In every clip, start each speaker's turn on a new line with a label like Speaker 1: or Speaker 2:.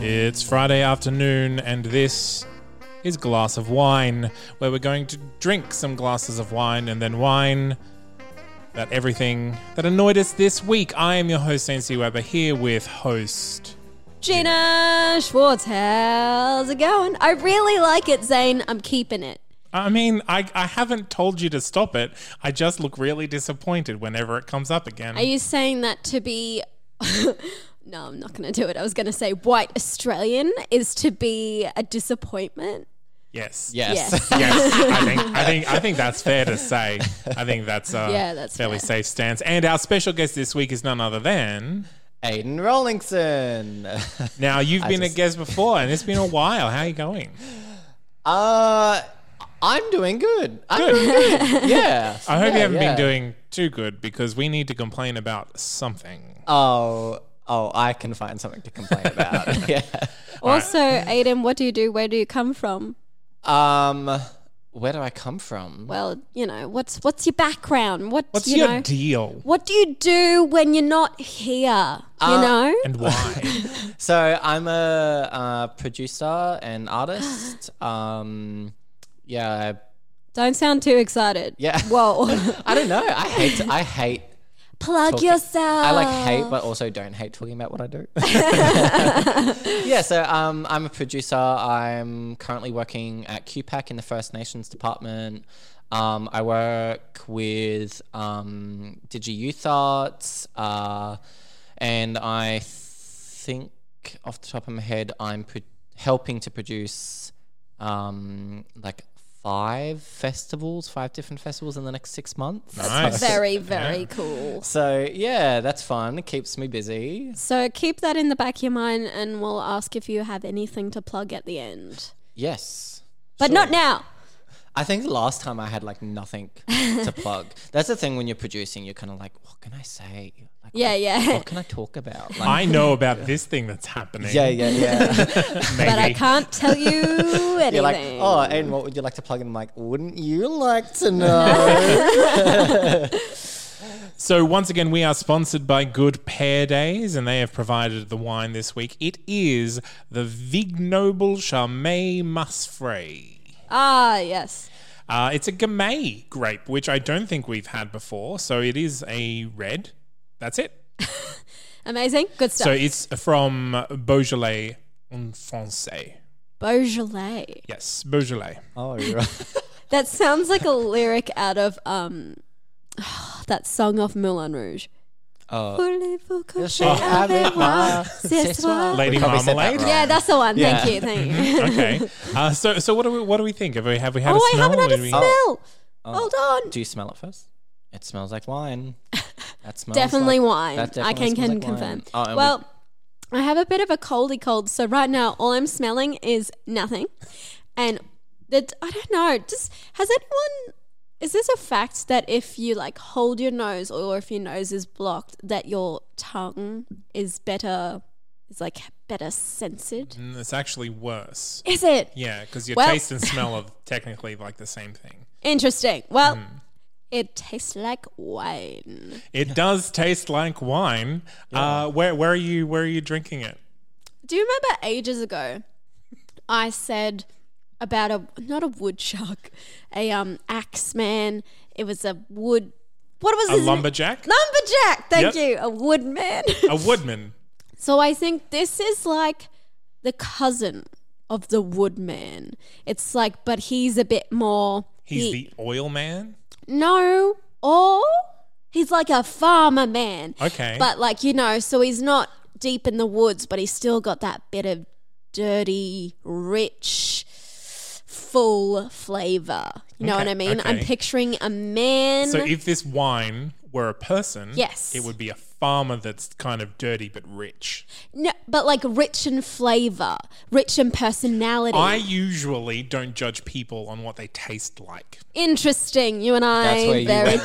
Speaker 1: It's Friday afternoon, and this is Glass of Wine, where we're going to drink some glasses of wine and then wine that everything that annoyed us this week. I am your host, Nancy Weber, here with host.
Speaker 2: Gina Schwartz, how's it going? I really like it, Zane. I'm keeping it.
Speaker 1: I mean, I, I haven't told you to stop it. I just look really disappointed whenever it comes up again.
Speaker 2: Are you saying that to be. no, I'm not going to do it. I was going to say white Australian is to be a disappointment.
Speaker 1: yes.
Speaker 2: Yes.
Speaker 1: Yes, I think I think I think that's fair to say. I think that's a
Speaker 2: Yeah, that's
Speaker 1: fairly
Speaker 2: fair.
Speaker 1: safe stance. And our special guest this week is none other than
Speaker 3: Aiden Rawlingson.
Speaker 1: Now you've been
Speaker 3: just-
Speaker 1: a guest before, and it's been a while. How are you going?
Speaker 3: uh, I'm doing good. I'm
Speaker 1: Good.
Speaker 3: doing good. Yeah.
Speaker 1: I hope
Speaker 3: Yeah,
Speaker 1: you haven't
Speaker 3: yeah.
Speaker 1: been doing too good because we need to complain about something.
Speaker 2: Uh,
Speaker 3: Oh, oh, I can find something to complain about. yeah.
Speaker 2: Also, Aiden, what do you do? Where do you come from?
Speaker 3: Um, where do I come from?
Speaker 2: Well, you know, what's what's your background? What,
Speaker 1: What's
Speaker 2: you
Speaker 1: your
Speaker 2: know,
Speaker 1: deal
Speaker 2: What do you do when you're not here? you know?
Speaker 1: and why?
Speaker 3: So I'm a uh, producer and artist. um, yeah.
Speaker 2: Don't sound too excited.
Speaker 3: Yeah.
Speaker 2: Whoa.
Speaker 3: I, I don't know. I hate. I hate.
Speaker 2: Plug yourself.
Speaker 3: I like hate, but also don't hate talking about what I do. yeah, so um, I'm a producer. I'm currently working at QPAC in the First Nations department. Um, I work with um, Digi Youth Arts, uh, and I think off the top of my head, I'm pro- helping to produce um, like five festivals, five different festivals in the next six months.
Speaker 1: nice.
Speaker 2: Very, very cool.
Speaker 3: So yeah, that's fun. It keeps me busy.
Speaker 2: So keep that in the back of your mind, and we'll ask if you have anything to plug at the end.
Speaker 3: Yes.
Speaker 2: But not now.
Speaker 3: I think the last time I had like nothing to plug. That's the thing when you're producing, you're kind of like, what can I say? Like,
Speaker 2: Yeah, yeah.
Speaker 3: what can I talk about? Like,
Speaker 1: I know about this thing that's happening.
Speaker 3: yeah, yeah, yeah.
Speaker 1: maybe.
Speaker 2: but I can't tell you anything.
Speaker 3: you're like, oh, and what would you like to plug? And I'm like, wouldn't you like to know?
Speaker 1: So once again, we are sponsored by Good Pair Days, and they have provided the wine this week. It is the Vignoble Chardonnay Musfray.
Speaker 2: Ah, yes.
Speaker 1: Uh, it's a Gamay grape, which I don't think we've had before. So it is a red. That's it.
Speaker 2: Amazing. Good
Speaker 1: So
Speaker 2: stuff.
Speaker 1: it's from Beaujolais en français.
Speaker 2: Beaujolais.
Speaker 1: Yes, Beaujolais.
Speaker 3: oh, you're right.
Speaker 2: That sounds like a lyric out of um, that song off Moulin Rouge.
Speaker 3: Oh.
Speaker 2: Voulez-vous coucher
Speaker 3: Oh.
Speaker 2: avec moi
Speaker 3: C'est
Speaker 2: ce soir?
Speaker 3: soir.
Speaker 1: Lady
Speaker 3: We probably said that
Speaker 1: Marmalade?
Speaker 3: wrong.
Speaker 2: Yeah, that's the one.
Speaker 3: Yeah.
Speaker 2: Thank you. Thank you.
Speaker 1: Okay. Uh, so, so what do we what do we think? Have we have we had
Speaker 2: Oh,
Speaker 1: a
Speaker 2: I
Speaker 1: smell?
Speaker 2: haven't had
Speaker 1: Did
Speaker 2: a
Speaker 1: we-
Speaker 2: smell.
Speaker 3: Oh.
Speaker 2: Hold on.
Speaker 3: Do you smell it first? It smells like wine. That smells
Speaker 2: Definitely
Speaker 3: like-
Speaker 2: wine.
Speaker 3: that
Speaker 2: I
Speaker 3: definitely
Speaker 2: can,
Speaker 3: smells
Speaker 2: can
Speaker 3: like wine.
Speaker 2: confirm.
Speaker 3: Oh, and we-
Speaker 2: well, I have a bit of a coldy cold, so right now all I'm smelling is nothing. And that I don't know. Just has anyone? Is this a fact that if you like hold your nose or if your nose is blocked, that your tongue is better, is like better censored?
Speaker 1: Mm, It's actually worse.
Speaker 2: Is it?
Speaker 1: Yeah, because your
Speaker 2: Well-
Speaker 1: taste and smell are technically like the same thing.
Speaker 2: Interesting. Well,
Speaker 3: Mm.
Speaker 2: it tastes like wine.
Speaker 1: It does taste like wine. Uh, where where are you where are you drinking it?
Speaker 2: Do you remember ages ago I said about a not a woodchuck, a um axe man. It was a wood what was
Speaker 1: A
Speaker 2: his name?
Speaker 1: lumberjack,
Speaker 2: Lumberjack, thank
Speaker 1: Yep.
Speaker 2: you. A woodman.
Speaker 1: a woodman.
Speaker 2: so I think this is like the cousin of the woodman. It's like but he's a bit more
Speaker 1: He's
Speaker 2: he-
Speaker 1: the oil man.
Speaker 2: No, or he's like a farmer man.
Speaker 1: Okay.
Speaker 2: But like, you know, so he's not deep in the woods, but he's still got that bit of dirty, rich, full flavor. You know
Speaker 1: Okay,
Speaker 2: what I mean? I'm
Speaker 1: okay.
Speaker 2: picturing a man.
Speaker 1: So if this wine were a person,
Speaker 2: Yes.
Speaker 1: it would be a farmer that's kind of dirty but rich.
Speaker 2: no, but like rich in flavor, rich in personality.
Speaker 1: I usually don't judge people on what they taste like.
Speaker 2: Interesting. You and I
Speaker 3: That's where you
Speaker 2: very
Speaker 3: went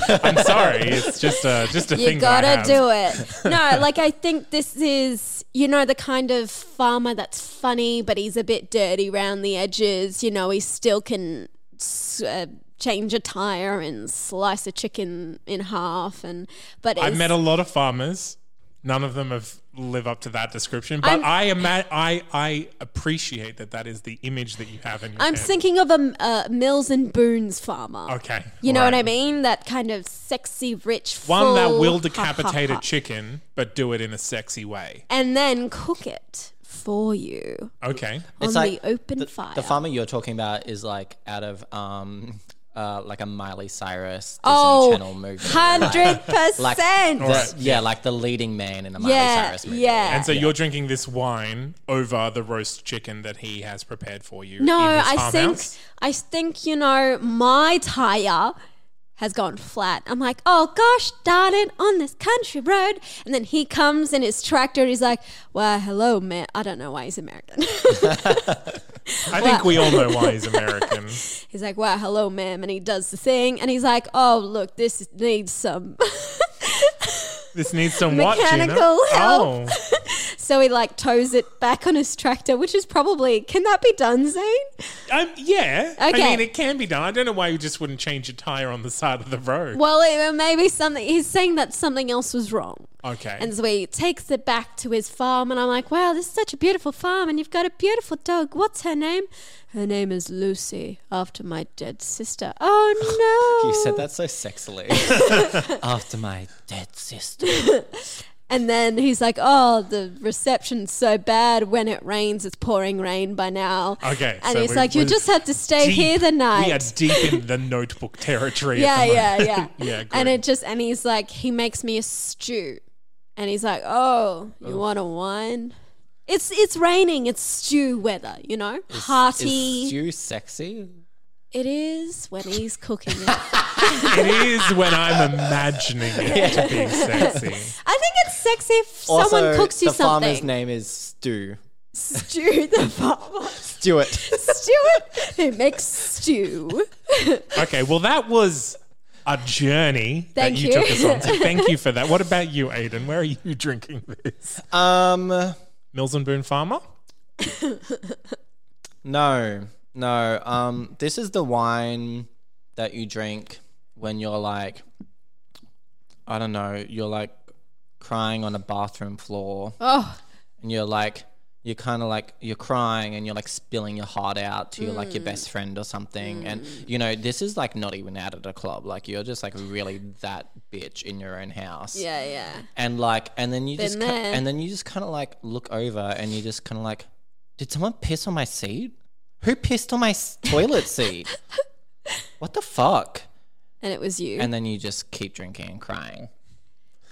Speaker 3: wrong.
Speaker 1: I'm sorry, it's just a just a
Speaker 2: You
Speaker 1: thing.
Speaker 2: gotta
Speaker 1: that I have.
Speaker 2: do it. No, like I think this is, you know, the kind of farmer that's funny, but he's a bit dirty round the edges. You know, he still can s- uh, change a tire and slice a chicken in half, and but
Speaker 1: I've
Speaker 2: it's-
Speaker 1: met a lot of farmers. None of them have live up to that description, but
Speaker 2: I'm-
Speaker 1: I, ima- I I appreciate that that is the image that you have in your
Speaker 2: I'm
Speaker 1: head.
Speaker 2: thinking of a m- uh, Mills and Boone's farmer.
Speaker 1: Okay,
Speaker 2: You know
Speaker 1: all
Speaker 2: what
Speaker 1: Oh,
Speaker 2: I
Speaker 1: right.
Speaker 2: mean? That kind of sexy, rich,
Speaker 1: One that
Speaker 2: full-
Speaker 1: will
Speaker 2: ha, ha,
Speaker 1: decapitate a
Speaker 2: ha.
Speaker 1: chicken, but do it in a sexy way.
Speaker 2: and then cook it for you
Speaker 1: Okay.
Speaker 2: on
Speaker 3: It's like
Speaker 2: the open
Speaker 3: the,
Speaker 2: fire.
Speaker 3: the farmer you're talking about is like out of um, uh, like a Miley Cyrus Disney Channel
Speaker 2: oh,
Speaker 3: movie.
Speaker 2: hundred percent.
Speaker 3: The- Yeah, like the leading man in a Miley
Speaker 2: Yeah,
Speaker 3: Cyrus movie.
Speaker 2: yeah.
Speaker 1: And so you're drinking this wine over the roast chicken that he has prepared for you.
Speaker 2: No,
Speaker 1: in his
Speaker 2: I think
Speaker 1: farmhouse?
Speaker 2: I think you know my tire has gone flat. I'm like, oh gosh, darn it, on this country road. And then he comes in his tractor. He's like, well, hello, man. I don't know why he's American.
Speaker 1: I think we all know why he's American.
Speaker 2: he's like, well, hello, ma'am. And he does the thing. And he's like, oh, look, this needs some.
Speaker 1: This needs some what, Gina?
Speaker 2: Mechanical help.
Speaker 1: Oh,
Speaker 2: so he like tows it back on his tractor, which is probably can that be done, Zane?
Speaker 1: um, yeah. I
Speaker 2: Okay.
Speaker 1: mean, it can be done. I don't know why you just wouldn't change your tire on the side of the road.
Speaker 2: Well, it, maybe something. He's saying that something else was wrong.
Speaker 1: Okay.
Speaker 2: And so he takes it back to his farm, and I'm like, wow, this is such a beautiful farm, and you've got a beautiful dog. What's her name? Her name is Lucy, after my dead sister. Oh, no.
Speaker 3: You said that so sexily. After my dead sister.
Speaker 2: And then he's like, oh, the reception's so bad. When it rains, it's pouring rain by now.
Speaker 1: Okay,
Speaker 2: And
Speaker 1: so
Speaker 2: he's
Speaker 1: we-
Speaker 2: like, you
Speaker 1: we're
Speaker 2: just have to stay
Speaker 1: Deep-
Speaker 2: here the night.
Speaker 1: We are deep in the notebook territory.
Speaker 2: yeah,
Speaker 1: at the
Speaker 2: yeah,
Speaker 1: moment.
Speaker 2: yeah.
Speaker 1: Yeah, good.
Speaker 2: and it just and he's like, he makes me a stew, and he's like, oh, you want a wine? It's it's raining. It's stew weather, you know, hearty.
Speaker 3: Is you sexy?
Speaker 2: it is when he's cooking it.
Speaker 1: It is when I'm imagining it to be sexy.
Speaker 2: I think it's sexy if someone cooks you
Speaker 3: the farmer's
Speaker 2: something.
Speaker 3: name is Stu.
Speaker 2: Stew the farmer.
Speaker 3: Stuart.
Speaker 2: Stuart who makes stew.
Speaker 1: Okay, well, that was a journey
Speaker 2: Thank
Speaker 1: that you,
Speaker 2: you.
Speaker 1: took us on. So thank you for that. What about you, Aiden? Where are you drinking this?
Speaker 3: um,
Speaker 1: Mills and Boone Farmer?
Speaker 3: no, no. Um, this is the wine that you drink when you're like, I don't know, you're like crying on a bathroom floor.
Speaker 2: Oh,
Speaker 3: and you're like you're kind of like you're crying and you're like spilling your heart out to your like your best friend or something and you know this is like not even out at a club like you're just like really that bitch in your own house
Speaker 2: yeah, yeah.
Speaker 3: and like and then you just ki-
Speaker 2: there.
Speaker 3: and then you just kind of like look over and you just kind of like did someone piss on my seat who pissed on my s- toilet seat what the fuck
Speaker 2: And it was you.
Speaker 3: and then you just keep drinking and crying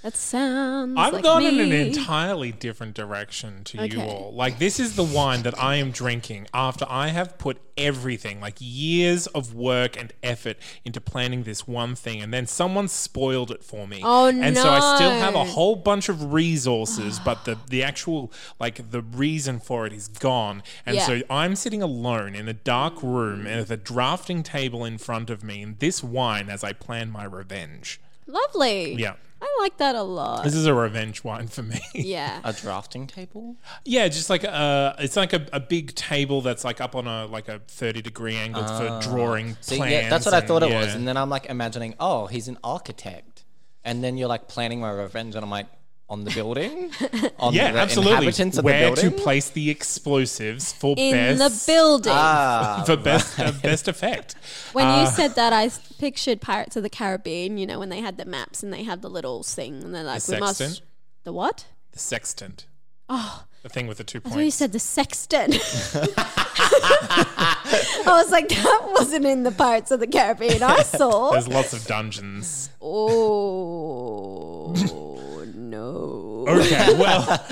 Speaker 2: that sounds.
Speaker 1: I've
Speaker 2: like
Speaker 1: gone
Speaker 2: me.
Speaker 1: in an entirely different direction to you
Speaker 2: Okay.
Speaker 1: all. Like this is the wine that I am drinking after I have put everything, like years of work and effort into planning this one thing, and then someone spoiled it for me.
Speaker 2: Oh,
Speaker 1: And so I still have a
Speaker 2: no.
Speaker 1: whole bunch of resources, but the the actual like the reason for it is gone. And
Speaker 2: Yeah.
Speaker 1: so I'm sitting alone in a dark room and with a drafting table in front of me and this wine as I plan my revenge.
Speaker 2: Lovely.
Speaker 1: Yeah.
Speaker 2: I like that a lot.
Speaker 1: This is a revenge wine for me.
Speaker 2: yeah.
Speaker 3: a drafting table
Speaker 1: Yeah, just like a, it's like a, a big table that's like up on a like a thirty degree angle for drawing
Speaker 3: So,
Speaker 1: plans.
Speaker 3: Ah. yeah, that's what I
Speaker 1: and-
Speaker 3: thought it
Speaker 1: yeah.
Speaker 3: was. And then I'm like imagining, oh, he's an architect. And then you're like planning my revenge, and I'm like, on the building? On
Speaker 1: yeah,
Speaker 3: the
Speaker 1: absolutely.
Speaker 3: inhabitants of
Speaker 1: Where
Speaker 3: the building?
Speaker 1: to place the explosives for
Speaker 2: in
Speaker 1: best
Speaker 2: the building.
Speaker 3: Ah,
Speaker 1: for best uh, best effect.
Speaker 2: when
Speaker 1: Ah.
Speaker 2: you said that, I s- pictured Pirates of the Caribbean. You know, when they had the maps and they have the little thing, and they're like,
Speaker 1: The
Speaker 2: "We must."
Speaker 1: sextant?
Speaker 2: The what?
Speaker 1: The sextant.
Speaker 2: Ah.
Speaker 1: Oh, the thing with the two
Speaker 2: I thought you
Speaker 1: points.
Speaker 2: said the sextant. I was like, that wasn't in the Pirates of the Caribbean I saw.
Speaker 1: There's lots of dungeons.
Speaker 2: oh no!
Speaker 1: Okay, well,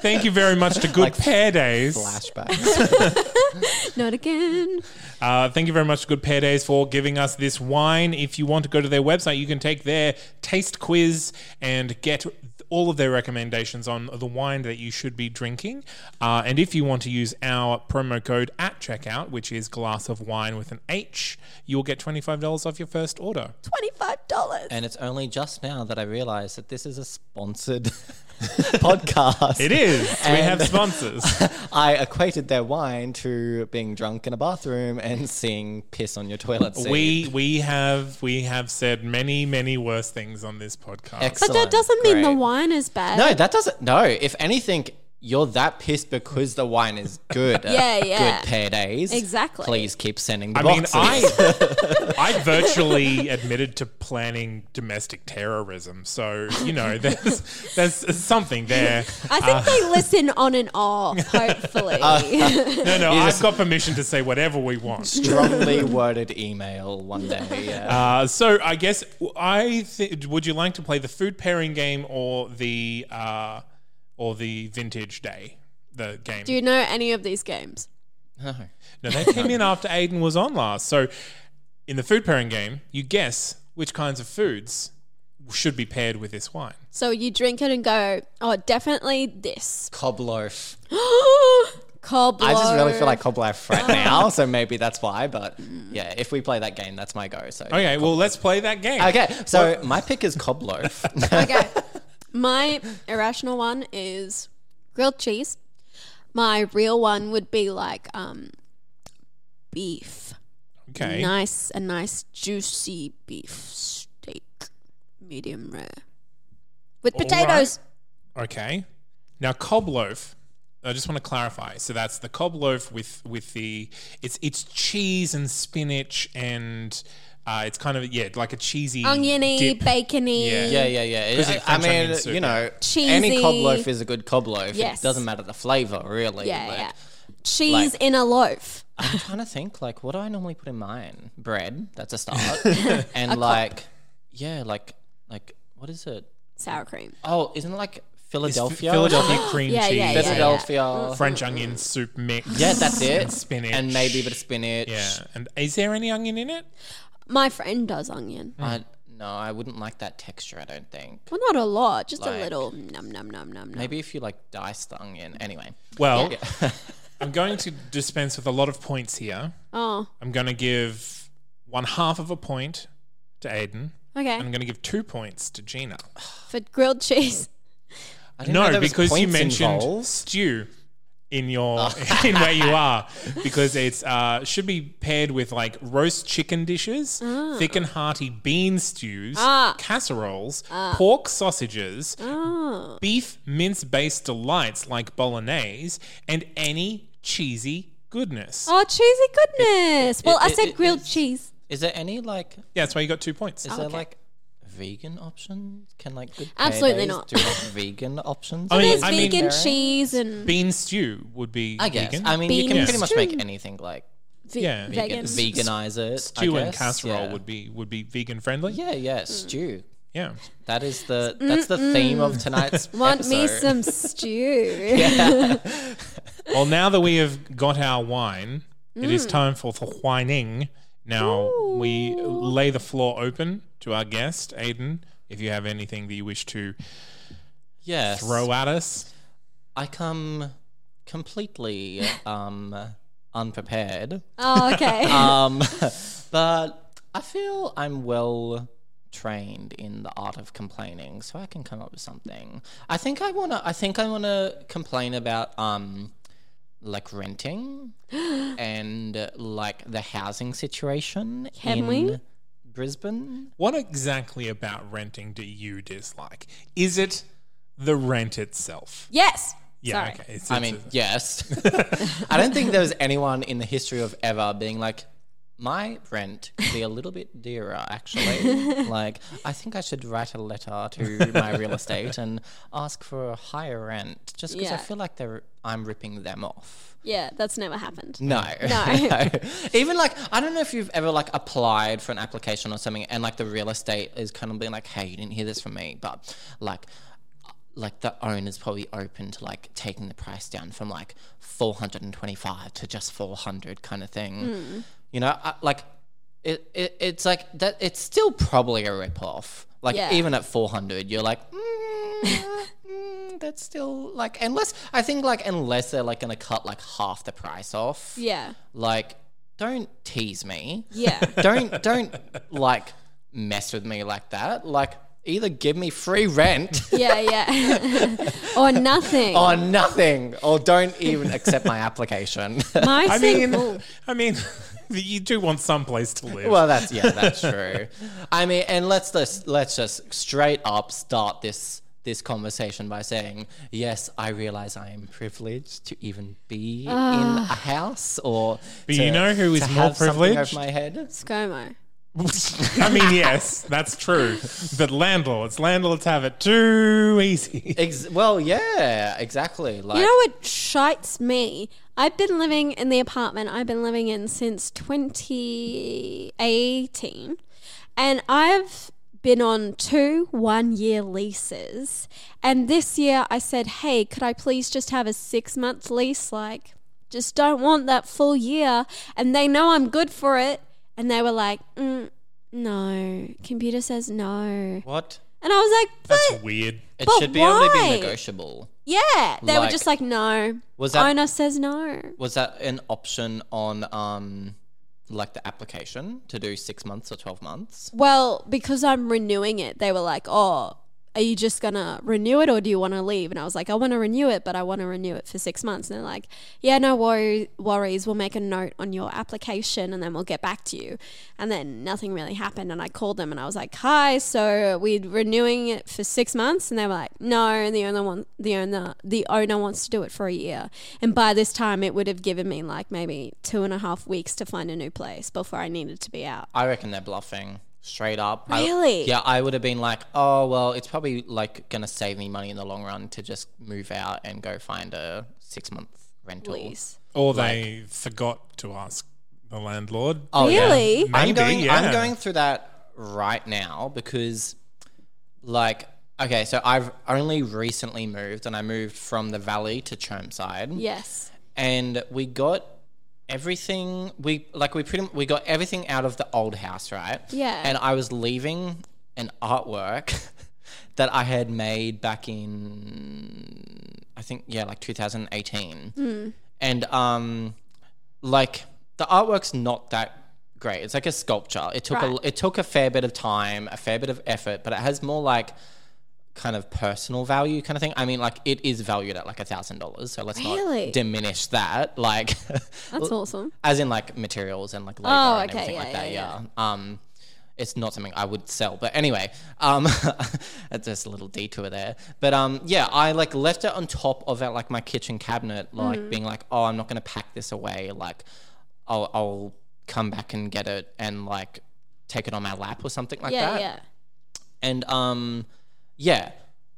Speaker 1: thank you very much to Good Pair Days.
Speaker 3: flashbacks.
Speaker 2: Not again.
Speaker 1: Uh, thank you very much, to Good Pair Days, for giving us this wine. If you want to go to their website, you can take their taste quiz and get all of their recommendations on the wine that you should be drinking. Uh, and if you want to use our promo code at checkout, which is glass of wine with an H, you'll get $25 off your first order.
Speaker 2: Twenty-five dollars.
Speaker 3: and it's only just now that I realized that this is a sponsored podcast.
Speaker 1: It is. we
Speaker 3: And-
Speaker 1: have sponsors.
Speaker 3: I equated their wine to being drunk in a bathroom and seeing piss on your toilet seat.
Speaker 1: we we have we have said many many worse things on this podcast.
Speaker 2: But that
Speaker 3: Excellent.
Speaker 2: doesn't mean the
Speaker 3: Great.
Speaker 2: wine is bad.
Speaker 3: No, that doesn't. No, if anything, you're that pissed because the wine is good.
Speaker 2: Yeah, yeah.
Speaker 3: Good paydays.
Speaker 2: Exactly.
Speaker 3: Please keep sending the
Speaker 1: I mean,
Speaker 3: boxes.
Speaker 1: I I virtually admitted to planning domestic terrorism, so you know there's there's something there.
Speaker 2: I think
Speaker 1: Ah.
Speaker 2: they listen on and off, hopefully.
Speaker 1: No, no, I've got permission to say whatever we want.
Speaker 3: strongly worded email one day. Yeah.
Speaker 1: Uh, so I guess w- I th- would you like to play the food pairing game or the uh, or the vintage day the game?
Speaker 2: Do you know any of these games?
Speaker 3: No.
Speaker 1: No, they came in after Aiden was on last. So, in the food pairing game, you guess which kinds of foods should be paired with this wine.
Speaker 2: So you drink it and go, oh, definitely this.
Speaker 3: Cob loaf.
Speaker 2: Cob
Speaker 3: I just really
Speaker 2: loaf. Uh-huh.
Speaker 3: feel like cob loaf right now, so maybe that's why. But yeah, if we play that game, that's my go. So
Speaker 1: Okay, well, let's play that game.
Speaker 3: Okay, so my pick is cob loaf.
Speaker 2: Okay. My irrational one is grilled cheese. My real one would be like um, beef.
Speaker 1: Okay.
Speaker 2: Nice, a nice juicy beef steak, medium rare, with
Speaker 1: All right.
Speaker 2: potatoes.
Speaker 1: Okay. Now, cob loaf. I just want to clarify. So that's the cob loaf with with the it's it's cheese and spinach and uh, it's kind of yeah like a cheesy
Speaker 2: Oniony,
Speaker 1: dip.
Speaker 2: bacony.
Speaker 1: Yeah.
Speaker 3: yeah, yeah, yeah.
Speaker 1: it's
Speaker 3: I, I
Speaker 1: French
Speaker 3: mean,
Speaker 1: onion soup,
Speaker 3: you know,
Speaker 2: Cheesy.
Speaker 3: any cob loaf is a good cob loaf.
Speaker 2: Yes.
Speaker 3: It doesn't matter the flavor, really.
Speaker 2: Yeah,
Speaker 3: Like,
Speaker 2: yeah. Cheese in a loaf.
Speaker 3: I'm trying to think, like, what do I normally put in mine? Bread. That's a start. and like, yeah, like, like, what is it?
Speaker 2: Sour cream.
Speaker 3: Oh, isn't it
Speaker 1: It's
Speaker 3: like
Speaker 1: F-
Speaker 3: Philadelphia?
Speaker 1: Philadelphia cream
Speaker 2: Yeah,
Speaker 1: cheese,
Speaker 2: yeah, yeah.
Speaker 3: Philadelphia.
Speaker 1: French onion soup mix.
Speaker 3: Yeah, that's it.
Speaker 1: And spinach
Speaker 3: And maybe a bit of spinach.
Speaker 1: yeah. And is there any onion in it?
Speaker 2: My friend does onion.
Speaker 3: I, no, I wouldn't like that texture. I don't think.
Speaker 2: Well, not a lot, just a
Speaker 3: Like-
Speaker 2: little. Num num num num num.
Speaker 3: Maybe if you like dice the onion. Anyway,
Speaker 1: Well, I'm going to dispense with a lot of points here.
Speaker 2: Oh,
Speaker 1: I'm going to give one half of a point to Aiden.
Speaker 2: okay.
Speaker 1: and I'm going to give two points to Gina.
Speaker 2: For grilled cheese.
Speaker 3: I didn't know
Speaker 1: No,
Speaker 3: there was
Speaker 1: because you
Speaker 3: points Oh.
Speaker 1: mentioned
Speaker 3: involved.
Speaker 1: stew in your in where you are because it's uh, should be paired with like roast chicken dishes,
Speaker 3: Ah.
Speaker 1: thick and hearty bean stews, casseroles,
Speaker 3: Ah.
Speaker 1: pork sausages, beef mince-based delights like bolognese, and any cheesy
Speaker 3: Ah.
Speaker 1: goodness.
Speaker 2: Oh, cheesy goodness. well, I
Speaker 3: it-
Speaker 2: said
Speaker 3: it-
Speaker 2: grilled
Speaker 3: it's-
Speaker 2: cheese.
Speaker 3: Is there any like?
Speaker 1: Yeah, that's why you got two points.
Speaker 3: Is there
Speaker 2: okay.
Speaker 3: like vegan options? Can like good
Speaker 2: Absolutely
Speaker 3: paydays
Speaker 2: not.
Speaker 3: do like vegan options?
Speaker 1: I mean-
Speaker 2: There's
Speaker 1: I mean-
Speaker 2: vegan cheese and
Speaker 1: Bean stew would be
Speaker 3: I guess.
Speaker 1: vegan.
Speaker 3: I mean, you
Speaker 2: Bean
Speaker 3: can pretty much make
Speaker 2: stew.
Speaker 3: anything like
Speaker 2: ve-
Speaker 1: yeah.
Speaker 2: vegan.
Speaker 3: vegan, veganize it. I
Speaker 1: stew and
Speaker 3: guess,
Speaker 1: casserole
Speaker 3: yeah.
Speaker 1: would be would be vegan friendly.
Speaker 3: Yeah, yeah,
Speaker 2: Mm.
Speaker 3: stew.
Speaker 1: yeah.
Speaker 3: That is the that's the theme of tonight's
Speaker 2: Want me some
Speaker 3: episode.
Speaker 2: stew?
Speaker 1: Well, now that we have got our wine, it is time for the whining. Now we lay the floor open to our guest, Aiden. If you have anything that you wish to
Speaker 3: Yes.
Speaker 1: throw at us,
Speaker 3: I come completely um unprepared.
Speaker 2: Oh, okay.
Speaker 3: Um but I feel I'm well trained in the art of complaining, so I can come up with something. I think I wanna I think I wanna complain about um like renting and uh, like the housing situation
Speaker 2: Can
Speaker 3: in
Speaker 2: we?
Speaker 3: Brisbane.
Speaker 1: what exactly about renting do you dislike? Is it the rent itself?
Speaker 2: yes.
Speaker 1: Yeah,
Speaker 2: Sorry.
Speaker 1: okay. It's,
Speaker 3: I
Speaker 1: it's-
Speaker 3: mean, yes. I don't think there was anyone in the history of ever being like, my rent could be a little bit dearer, actually. like, I think I should write a letter to my real estate and ask for a higher rent just because I
Speaker 2: Yeah.
Speaker 3: feel like they're, I'm ripping them off.
Speaker 2: Yeah, that's never happened.
Speaker 3: No.
Speaker 2: No.
Speaker 3: Even like, I don't know if you've ever like applied for an application or something and like the real estate is kind of being like, hey, you didn't hear this from me, but like, like the owner's probably open to like taking the price down from like 425 to just 400 kind of thing.
Speaker 2: Hmm.
Speaker 3: You know, I, like it, it, it's like that, it's still probably a rip off. Like
Speaker 2: Yeah.
Speaker 3: even at 400, you're like, mm, mm, that's still like, unless, I think like, unless they're like going to cut like half the price off
Speaker 2: Yeah.
Speaker 3: like don't tease me
Speaker 2: Yeah.
Speaker 3: don't don't like mess with me like that like either give me free rent
Speaker 2: Yeah, yeah. or nothing.
Speaker 3: or nothing, or don't even accept my application.
Speaker 2: My
Speaker 1: I
Speaker 2: thing-
Speaker 1: mean,
Speaker 2: oh,
Speaker 1: I mean, you do want some place to live.
Speaker 3: well, that's yeah, that's true. I mean, and let's just let's just straight up start this this conversation by saying, yes, I realize I am privileged to even be in a
Speaker 2: Ah.
Speaker 3: house or.
Speaker 1: But
Speaker 3: to-
Speaker 1: you know who
Speaker 3: to
Speaker 1: is more
Speaker 3: have something
Speaker 1: privileged?
Speaker 3: Over my head.
Speaker 2: ScoMo.
Speaker 1: I mean, yes, that's true. But landlords, landlords have it too easy.
Speaker 3: Ex- well, yeah, exactly. Like,
Speaker 2: You know what shites me? I've been living in the apartment I've been living in since 2018, and I've been on two one year leases. And this year I said, Hey, could I please just have a six month lease? Like, just don't want that full year. And they know I'm good for it. And they were like, mm, No, computer says no. And
Speaker 3: what?
Speaker 2: I was like, But
Speaker 1: That's weird.
Speaker 3: It
Speaker 2: But
Speaker 3: should be able to
Speaker 2: why?
Speaker 3: be negotiable.
Speaker 2: yeah, they were
Speaker 3: Like-
Speaker 2: just like, No,
Speaker 3: Was that-
Speaker 2: owner says no.
Speaker 3: Was that an option on um like the application to do six months or twelve months?
Speaker 2: Well, because I'm renewing it, they were like, "Oh, are you just gonna renew it, or do you want to leave?" And I was like, "I want to renew it, but I want to renew it for six months." And they're like, "Yeah, no worry- worries. We'll make a note on your application, and then we'll get back to you." And then nothing really happened. And I called them, and I was like, "Hi, so we're renewing it for six months?" And they were like, "No, the owner want the owner the owner wants to do it for a year." And by this time, it would have given me like maybe two and a half weeks to find a new place before I needed to be out.
Speaker 3: I reckon they're bluffing. Straight up. I-
Speaker 2: Really?
Speaker 3: yeah, I would have been like, oh well, it's probably like gonna save me money in the long run to just move out and go find a six month rental.
Speaker 2: Please.
Speaker 1: Or they forgot to ask the landlord.
Speaker 3: Oh, yeah.
Speaker 2: Really?
Speaker 1: Maybe,
Speaker 3: I'm going.
Speaker 1: yeah.
Speaker 3: I'm going through that right now because, like, okay, so I've only recently moved, and I moved from the valley to Chermside.
Speaker 2: Yes.
Speaker 3: and we got everything we like we pretty we got everything out of the old house right
Speaker 2: Yeah.
Speaker 3: and i was leaving an artwork that i had made back in i think yeah like 2018
Speaker 2: Hmm.
Speaker 3: and um like the artwork's not that great it's like a sculpture it took
Speaker 2: Right.
Speaker 3: a it took a fair bit of time a fair bit of effort but it has more like kind of personal value kind of thing. I mean, like it is valued at like a thousand dollars, so let's
Speaker 2: Really?
Speaker 3: not diminish that. Like,
Speaker 2: That's awesome.
Speaker 3: as in like materials and like labor
Speaker 2: Oh,
Speaker 3: and
Speaker 2: okay,
Speaker 3: everything
Speaker 2: yeah,
Speaker 3: like that.
Speaker 2: yeah,
Speaker 3: Yeah. Um, it's not something I would sell, but anyway, um, that's just a little detour there. But um, yeah, I like left it on top of that, like my kitchen cabinet, like
Speaker 2: Mm-hmm.
Speaker 3: being like, oh, I'm not gonna pack this away. Like, I'll, I'll come back and get it and like take it on my lap or something like
Speaker 2: Yeah,
Speaker 3: that.
Speaker 2: yeah.
Speaker 3: And um, yeah,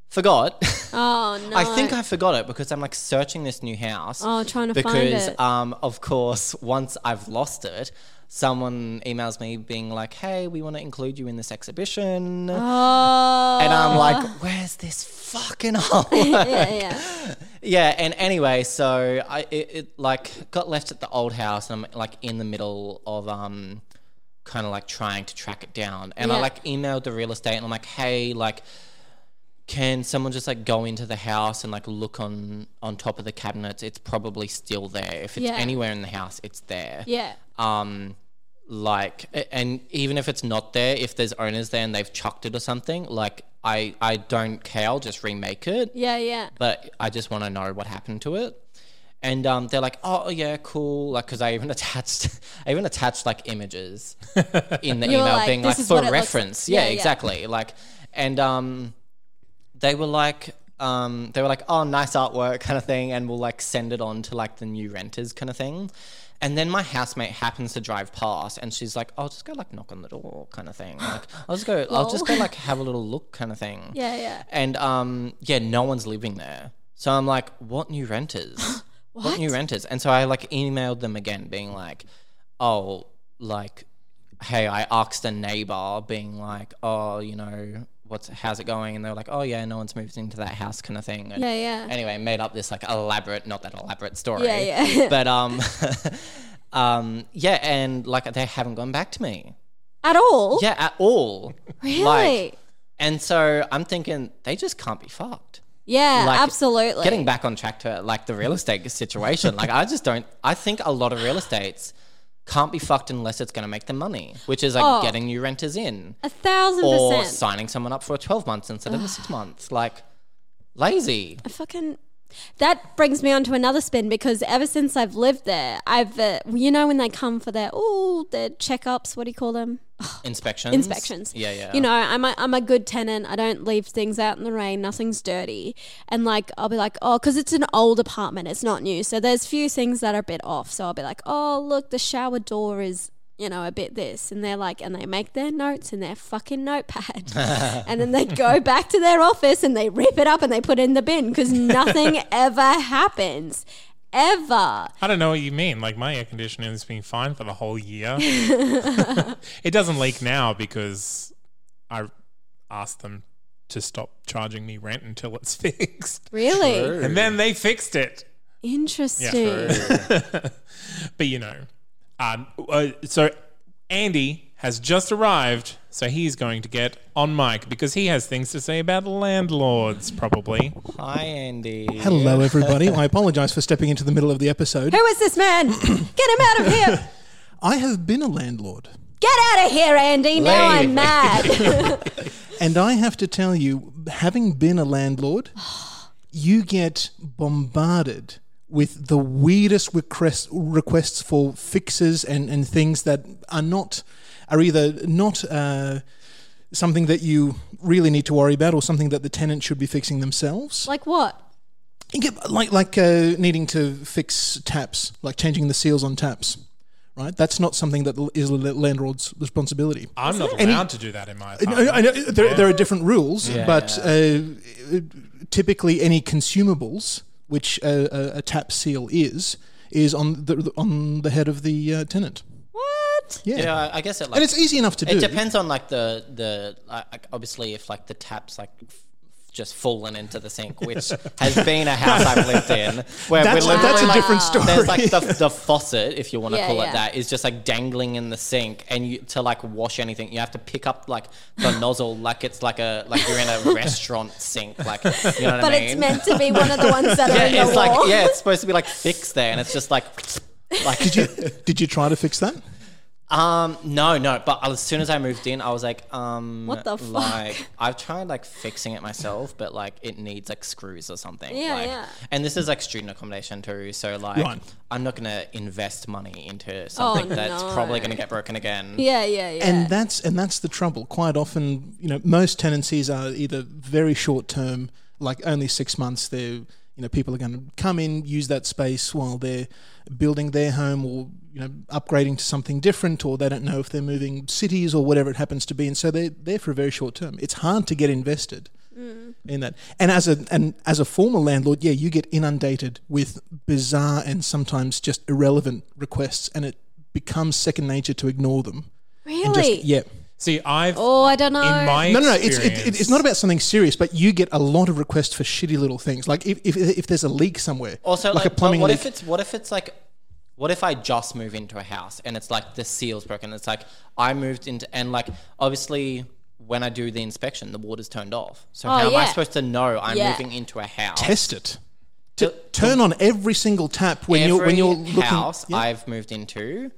Speaker 3: forgot.
Speaker 2: Oh no.
Speaker 3: I think I forgot it because I'm like searching this new house.
Speaker 2: Oh, trying to
Speaker 3: because,
Speaker 2: find it.
Speaker 3: um, of course, once I've lost it, someone emails me being like, "Hey, we want to include you in this exhibition,"
Speaker 2: Oh.
Speaker 3: and I'm like, "Where's this fucking hole?"
Speaker 2: yeah, yeah.
Speaker 3: yeah. And anyway, so I it, it like got left at the old house, and I'm like in the middle of um. Kind of like trying to track it down, and I
Speaker 2: Yeah.
Speaker 3: like emailed the real estate, and I'm like, "Hey, like, can someone just like go into the house and like look on on top of the cabinets it's probably still there if it's
Speaker 2: Yeah.
Speaker 3: anywhere in the house it's there
Speaker 2: Yeah.
Speaker 3: um like a- and even if it's not there if there's owners there and they've chucked it or something like i i don't care i'll just remake it
Speaker 2: Yeah, yeah.
Speaker 3: but I just want to know what happened to it. And um, they're like, oh yeah, cool. Like, cause I even attached, I even attached like images in the
Speaker 2: You were
Speaker 3: email,
Speaker 2: like,
Speaker 3: being
Speaker 2: "This
Speaker 3: like
Speaker 2: is
Speaker 3: for
Speaker 2: what it looks-
Speaker 3: reference. Yeah,
Speaker 2: Yeah, yeah.
Speaker 3: exactly. Like, and um, they were like, um, they were like, oh, nice artwork, kind of thing, and we'll like send it on to like the new renters, kind of thing. And then my housemate happens to drive past, and she's like, "I'll just go like knock on the door, kind of thing. Like, I'll just go, I'll just go like have a little look, kind of thing."
Speaker 2: Yeah, yeah.
Speaker 3: And um, yeah, no one's living there. So I'm like, what new renters? what? new renters? And so I like emailed them again, being like, oh, like, hey, I asked a neighbor, being like, oh, you know, what's how's it going? And they were like, oh yeah, no one's moved into that house, kind of thing. And
Speaker 2: Yeah, yeah.
Speaker 3: Anyway, made up this like elaborate, not that elaborate story.
Speaker 2: Yeah, yeah.
Speaker 3: but um, um, yeah, and like they haven't gone back to me.
Speaker 2: At all?
Speaker 3: Yeah, at all.
Speaker 2: Really?
Speaker 3: Like, and so I'm thinking they just can't be fucked.
Speaker 2: yeah,
Speaker 3: like,
Speaker 2: absolutely.
Speaker 3: Getting back on track to like the real estate situation, like I just don't. I think a lot of real estates can't be fucked unless it's going to make them money, which is like
Speaker 2: Oh.
Speaker 3: getting new renters in
Speaker 2: A thousand
Speaker 3: or
Speaker 2: percent.
Speaker 3: signing someone up for 12 months instead of a six months. Like, lazy.
Speaker 2: I fucking. That brings me on to another spin because ever since I've lived there, I've uh, you know when they come for their oh their checkups, what do you call them?
Speaker 3: Inspections.
Speaker 2: Inspections.
Speaker 3: Mm-hmm. Yeah, yeah.
Speaker 2: You know, I'm a, I'm a good tenant. I don't leave things out in the rain. Nothing's dirty. And like, I'll be like, oh, because it's an old apartment. It's not new. So there's few things that are a bit off. So I'll be like, oh, look, the shower door is, you know, a bit this. And they're like, and they make their notes in their fucking notepad. and then they go back to their office and they rip it up and they put it in the bin because nothing ever happens. Ever.
Speaker 1: I don't know what you mean. Like my air conditioner has been fine for the whole year. it doesn't leak now because I asked them to stop charging me rent until it's fixed.
Speaker 2: Really?
Speaker 1: And then they fixed it.
Speaker 2: Interesting.
Speaker 1: But you know, um, uh, so Andy has just arrived, so he's going to get on mic because he has things to say about landlords, probably.
Speaker 3: Hi, Andy.
Speaker 4: Hello, everybody. I apologize for stepping into the middle of the episode.
Speaker 2: Who is this man? Get him out of here.
Speaker 4: I have been a landlord,
Speaker 2: Get out of here, Andy. Now I'm mad.
Speaker 4: and I have to tell you, having been a landlord, you get bombarded with the weirdest request, requests for fixes and, and things that are not are either not uh, something that you really need to worry about or something that the tenant should be fixing themselves.
Speaker 2: like what?
Speaker 4: You get- like like uh, needing to fix taps, like changing the seals on taps, right? That's not something that l- is the landlord's responsibility.
Speaker 1: I'm not
Speaker 4: Any-
Speaker 1: allowed to do that in my
Speaker 4: I know,
Speaker 1: apartment.
Speaker 4: I know uh, there, there are different rules, but Uh, typically any consumables, which a, a, a tap seal is, is on the on the head of the uh, tenant.
Speaker 2: What?
Speaker 4: Yeah.
Speaker 3: Yeah, I- I guess it like
Speaker 4: and it's easy enough to do.
Speaker 3: It depends on like the the like, obviously if like the taps like f- just fallen into the sink, which has been a house I've lived in. Where we're
Speaker 4: That's, that's
Speaker 3: literally,
Speaker 4: a
Speaker 3: like,
Speaker 4: different story.
Speaker 3: There's like the, the faucet, if you want to
Speaker 2: Yeah,
Speaker 3: call
Speaker 2: yeah.
Speaker 3: it that, is just like dangling in the sink, and you to like wash anything, you have to pick up like the nozzle, like it's like a like you're in a restaurant sink, like you know what
Speaker 2: But
Speaker 3: I mean?
Speaker 2: it's meant to be one of the ones that are in
Speaker 3: yeah,
Speaker 2: the
Speaker 3: it's
Speaker 2: wall.
Speaker 3: like yeah, it's supposed to be like fixed there, and it's just like like
Speaker 4: Did you did you try to fix that?
Speaker 3: Um, no, no. But as soon as I moved in, I was like, um,
Speaker 2: What the fuck?
Speaker 3: Like, I've tried like fixing it myself, but like it needs like screws or something.
Speaker 2: Yeah,
Speaker 3: like,
Speaker 2: yeah.
Speaker 3: And this is like student accommodation too, so like
Speaker 4: Right.
Speaker 3: I'm not gonna invest money into something that's
Speaker 2: Oh, no.
Speaker 3: probably gonna get broken again.
Speaker 2: Yeah, yeah, yeah.
Speaker 4: and that's and that's the trouble. Quite often, you know, most tenancies are either very short term, like only six months. They're you know, people are going to come in, use that space while they're building their home or you know upgrading to something different, or they don't know if they're moving cities or whatever it happens to be, and so they're there for a very short term. It's hard to get invested in that. And as a and as a former landlord, yeah, you get inundated with bizarre and sometimes just irrelevant requests, and it becomes second nature to ignore them. And
Speaker 2: really?
Speaker 4: just- yeah.
Speaker 1: See, I've
Speaker 2: Oh, I don't know.
Speaker 1: in my
Speaker 4: No, no, no. It's, it,
Speaker 1: experience-
Speaker 4: it- it's not about something serious, but you get a lot of requests for shitty little things. Like if, if, if there's a leak somewhere,
Speaker 3: Also, like,
Speaker 4: like, a
Speaker 3: but
Speaker 4: plumbing
Speaker 3: what
Speaker 4: leak.
Speaker 3: if it's what if it's like, what if I just move into a house and it's like the seals broken? It's like I moved into and like obviously when I do the inspection, the water's turned off. So
Speaker 2: Oh,
Speaker 3: how am I
Speaker 2: yeah.
Speaker 3: supposed to know I'm
Speaker 2: Yeah.
Speaker 3: moving into a house?
Speaker 4: Test it.
Speaker 3: To-
Speaker 4: Turn on every single tap when you're when you're
Speaker 3: Every
Speaker 4: looking.
Speaker 3: house
Speaker 4: Yeah.
Speaker 3: I've moved into,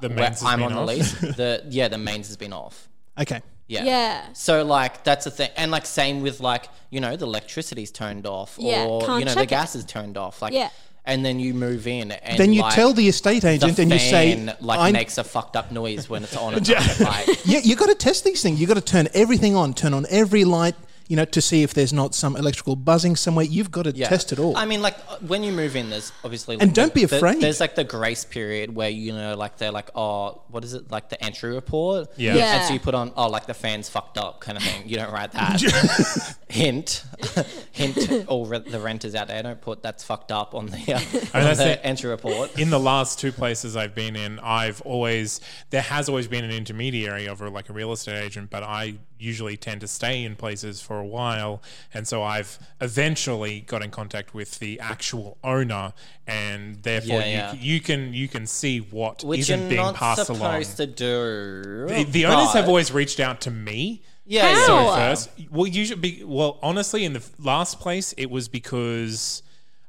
Speaker 1: the
Speaker 3: where
Speaker 1: mains has
Speaker 3: I'm
Speaker 1: been
Speaker 3: on the
Speaker 1: off.
Speaker 3: lease. The yeah, the mains has been off.
Speaker 4: Okay.
Speaker 3: Yeah.
Speaker 2: Yeah.
Speaker 3: So like that's the thing, and like same with like you know the electricity's turned off,
Speaker 2: Yeah,
Speaker 3: or
Speaker 2: can't
Speaker 3: you know
Speaker 2: check
Speaker 3: the
Speaker 2: it.
Speaker 3: gas is turned off, like
Speaker 2: Yeah.
Speaker 3: and then you move in, and
Speaker 4: Then you
Speaker 3: like,
Speaker 4: tell the estate agent, and you say,
Speaker 3: fan, like
Speaker 4: I'm-
Speaker 3: makes a fucked up noise when it's on. And off, like,
Speaker 4: "Yeah, you got to test these things. You got to turn everything on. Turn on every light." You know, to see if there's not some electrical buzzing somewhere, you've got to
Speaker 3: yeah.
Speaker 4: test it all.
Speaker 3: I mean, like uh, when you move in, there's obviously
Speaker 4: And don't be
Speaker 3: the-
Speaker 4: afraid.
Speaker 3: there's like the grace period where you know, like they're like, oh, what is it, like the entry report?
Speaker 1: Yeah.
Speaker 2: Yeah.
Speaker 3: And so you put on, oh, like the fans fucked up kind of thing. You don't write that. Hint, hint. to All re- the renters out there, don't put that's fucked up on the, uh, on
Speaker 1: that's
Speaker 3: the
Speaker 1: it.
Speaker 3: entry report.
Speaker 1: in the last two places I've been in, I've always there has always been an intermediary of like a real estate agent, but I usually tend to stay in places for a while, and so I've eventually got in contact with the actual owner, and therefore
Speaker 3: Yeah, yeah.
Speaker 1: You, you can you can see what
Speaker 3: Which
Speaker 1: not
Speaker 3: you're
Speaker 1: being
Speaker 3: not
Speaker 1: passed
Speaker 3: supposed
Speaker 1: along.
Speaker 3: to do.
Speaker 1: the, the owners have
Speaker 3: but-
Speaker 1: always reached out to me.
Speaker 3: Yeah, yeah,
Speaker 2: How?
Speaker 3: yeah.
Speaker 1: first. Well, you should be. Well, honestly, in the f- last place, it was because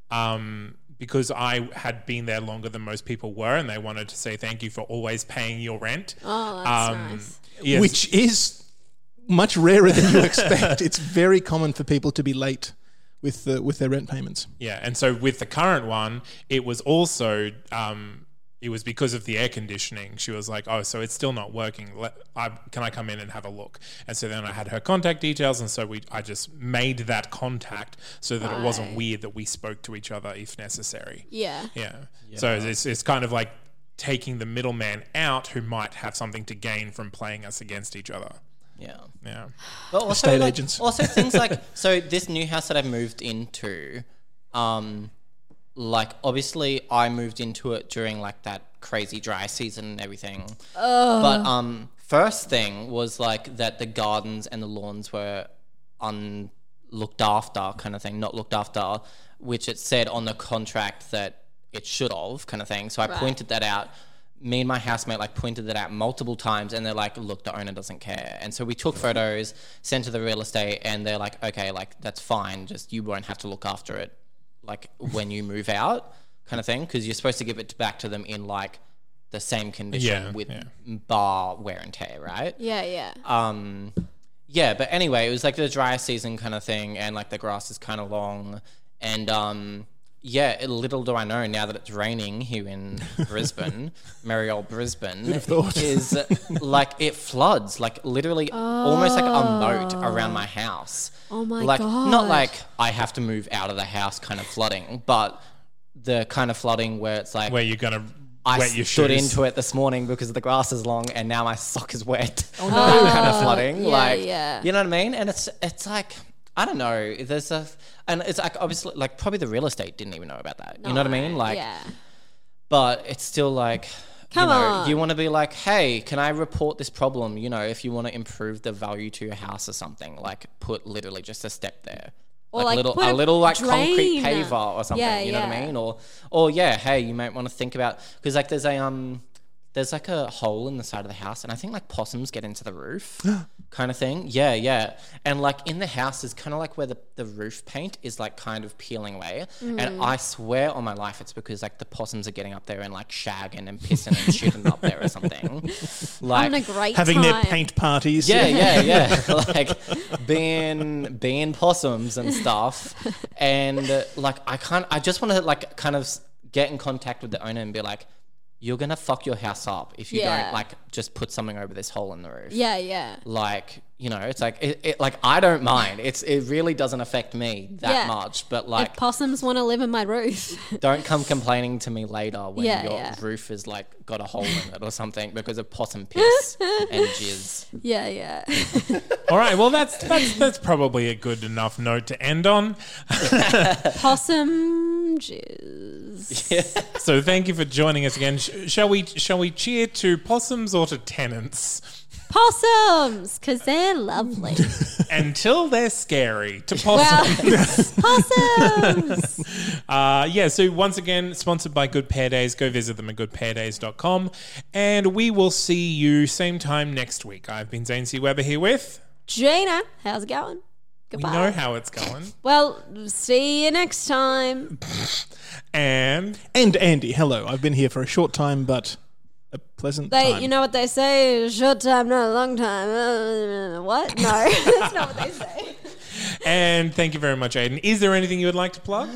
Speaker 1: um, because I had been there longer than most people were, and they wanted to say thank you for always paying your rent. Um,
Speaker 2: Oh, that's nice.
Speaker 1: yes.
Speaker 4: which is much rarer than you expect. it's very common for people to be late with the, with their rent payments.
Speaker 1: Yeah, and so with the current one, it was also um, it was because of the air conditioning. She was like, "Oh, so it's still not working. Let, I, can I come in and have a look?" And so then I had her contact details, and so we I just made that contact so that it wasn't
Speaker 2: Right.
Speaker 1: weird that we spoke to each other if necessary.
Speaker 2: Yeah.
Speaker 1: Yeah. So it's it's kind of like taking the middleman out who might have something to gain from playing us against each other.
Speaker 3: Yeah.
Speaker 1: Yeah.
Speaker 3: But also,
Speaker 4: Estate
Speaker 3: like-
Speaker 4: agents.
Speaker 3: Also, things like so this new house that I've moved into, um, like obviously I moved into it during like that crazy dry season and everything. But um, first thing was like that the gardens and the lawns were unlooked after, kind of thing, not looked after, which it said on the contract that it should have, kind of thing. So I pointed that out. Me and my housemate like pointed that out multiple times, and they're like, "Look, the owner doesn't care." And so we took photos, sent to the real estate, and they're like, "Okay, like that's fine. Just you won't have to look after it, like when you move out, kind of thing, because you're supposed to give it back to them in like the same condition
Speaker 1: Yeah,
Speaker 3: with
Speaker 1: yeah.
Speaker 3: bar wear and tear, right?"
Speaker 2: Yeah, yeah.
Speaker 3: um yeah but anyway it was like the dry season kind of thing and like the grass is kind of long and um yeah it- little do i know now that it's raining here in brisbane merry old brisbane is like it floods like literally almost like a moat around my house
Speaker 2: Oh my
Speaker 3: like not
Speaker 2: God.
Speaker 3: like i have to move out of the house kind of flooding but the kind of flooding where it's like
Speaker 1: Where you're gonna
Speaker 3: I
Speaker 1: wet your
Speaker 3: stood
Speaker 1: shoes.
Speaker 3: into it this morning because the grass is long and now my sock is wet. Oh no! kind of flooding,
Speaker 2: yeah,
Speaker 3: like
Speaker 2: yeah.
Speaker 3: you know what I mean. And it's it's like I don't know. There's a and it's like obviously like probably the real estate didn't even know about that. You know what I mean? Like,
Speaker 2: yeah.
Speaker 3: but it's still like.
Speaker 2: Come
Speaker 3: you know,
Speaker 2: on.
Speaker 3: You want to be like, hey, can I report this problem? You know, if you want to improve the value to your house or something, like put literally just a step there.
Speaker 2: Or, like,
Speaker 3: little,
Speaker 2: put
Speaker 3: a
Speaker 2: a
Speaker 3: little like concrete
Speaker 2: drain.
Speaker 3: paver or something.
Speaker 2: Yeah,
Speaker 3: you know what I
Speaker 2: yeah.
Speaker 3: mean? Or, or yeah, hey, you might want to think about because like there's a um, there's like a hole in the side of the house, and I think like possums get into the roof, kind of thing. Yeah, yeah. And like in the house is kind of like where the, the roof paint is like kind of peeling away, and I swear on my life it's because like the possums are getting up there and like shagging and pissing and shitting up there or something. Like
Speaker 2: Having a great
Speaker 4: Having
Speaker 2: time.
Speaker 4: their paint parties.
Speaker 3: yeah, yeah, yeah. like being being possums and stuff, and uh, like I can't. I just want to like kind of s- get in contact with the owner and be like, "You're gonna fuck your house up if you
Speaker 2: Yeah.
Speaker 3: don't like just put something over this hole in the roof."
Speaker 2: Yeah, yeah.
Speaker 3: Like you know, it's like it, it like I don't mind. It's it really doesn't affect me
Speaker 2: Yeah.
Speaker 3: that much, but like
Speaker 2: if possums want to live in my roof.
Speaker 3: don't come complaining to me later when
Speaker 2: Yeah,
Speaker 3: your
Speaker 2: yeah.
Speaker 3: roof is like got a hole in it or something because of possum piss and jizz.
Speaker 2: yeah, yeah.
Speaker 1: All right. Well, that's that's that's probably a good enough note to end on.
Speaker 2: Possum jizz.
Speaker 1: So thank you for joining us again. Sh- shall we shall we cheer to possums or to tenants?
Speaker 2: Possums, because they're lovely.
Speaker 1: Until they're scary to
Speaker 2: Well,
Speaker 1: possums.
Speaker 2: possums.
Speaker 1: Uh, yeah, so once again, sponsored by Good Pair Days. Go visit them at goodpairdays.com. And we will see you same time next week. I've been Zane C. Weber here with.
Speaker 2: Gina, how's it going?
Speaker 1: We
Speaker 2: Goodbye.
Speaker 1: know how it's going.
Speaker 2: well, see you next time.
Speaker 1: And
Speaker 4: And Andy, hello. I've been here for a short time, but a pleasant
Speaker 2: They,
Speaker 4: time.
Speaker 2: you know what they say? Short time, not a long time. Uh, what? No, that's not what they say.
Speaker 1: and thank you very much, Aiden. Is there anything you would like to plug?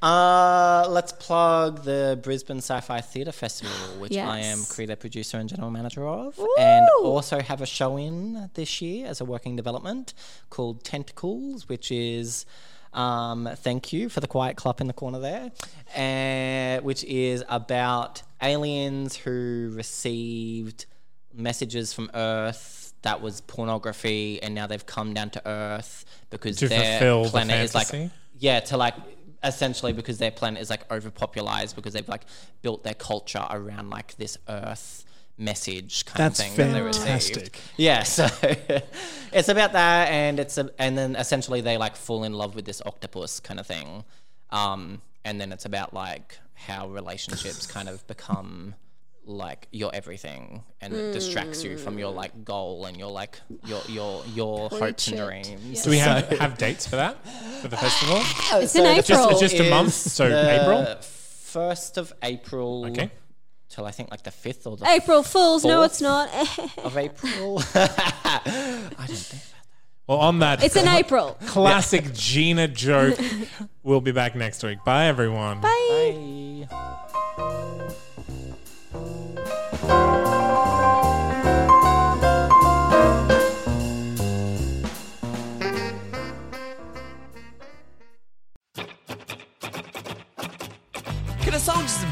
Speaker 3: Uh, let's plug the Brisbane Sci-Fi Theatre Festival, which I am
Speaker 2: Yes.
Speaker 3: creator, producer, and general manager of, and
Speaker 2: Woo!
Speaker 3: also have a show in this year as a working development called Tentacles, which is. Um, thank you for the quiet club in the corner there, and which is about aliens who received messages from Earth that was pornography, and now they've come down to Earth because
Speaker 1: To
Speaker 3: their
Speaker 1: fulfill the
Speaker 3: planet is like
Speaker 1: fantasy?
Speaker 3: yeah, to like essentially because their planet is like overpopulized because they've like built their culture around like this Earth message kind
Speaker 4: That's
Speaker 3: of thing that they received.
Speaker 4: fantastic.
Speaker 3: Yeah, so it's about that, and it's a, and then essentially they like fall in love with this octopus kind of thing, um, and then it's about like how relationships kind of become like your everything, and it distracts you from your like goal and your like your your your hopes and
Speaker 2: it.
Speaker 3: dreams.
Speaker 1: Do we have, have dates for that? For the festival?
Speaker 2: Oh, It's in
Speaker 3: the
Speaker 2: April.
Speaker 1: Just, just a month. So April?
Speaker 3: 1st of April
Speaker 1: Okay.
Speaker 3: till I think like the 5th or the
Speaker 2: April Fools. No,
Speaker 3: Fourth.
Speaker 2: it's not.
Speaker 3: of April. I don't think.
Speaker 1: Well, on that
Speaker 2: it's in April.
Speaker 1: classic Gina joke, we'll be back next week. Bye, everyone.
Speaker 2: Bye.
Speaker 3: Bye.
Speaker 5: Can a song just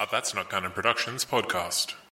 Speaker 6: A That's Not Canon Productions podcast.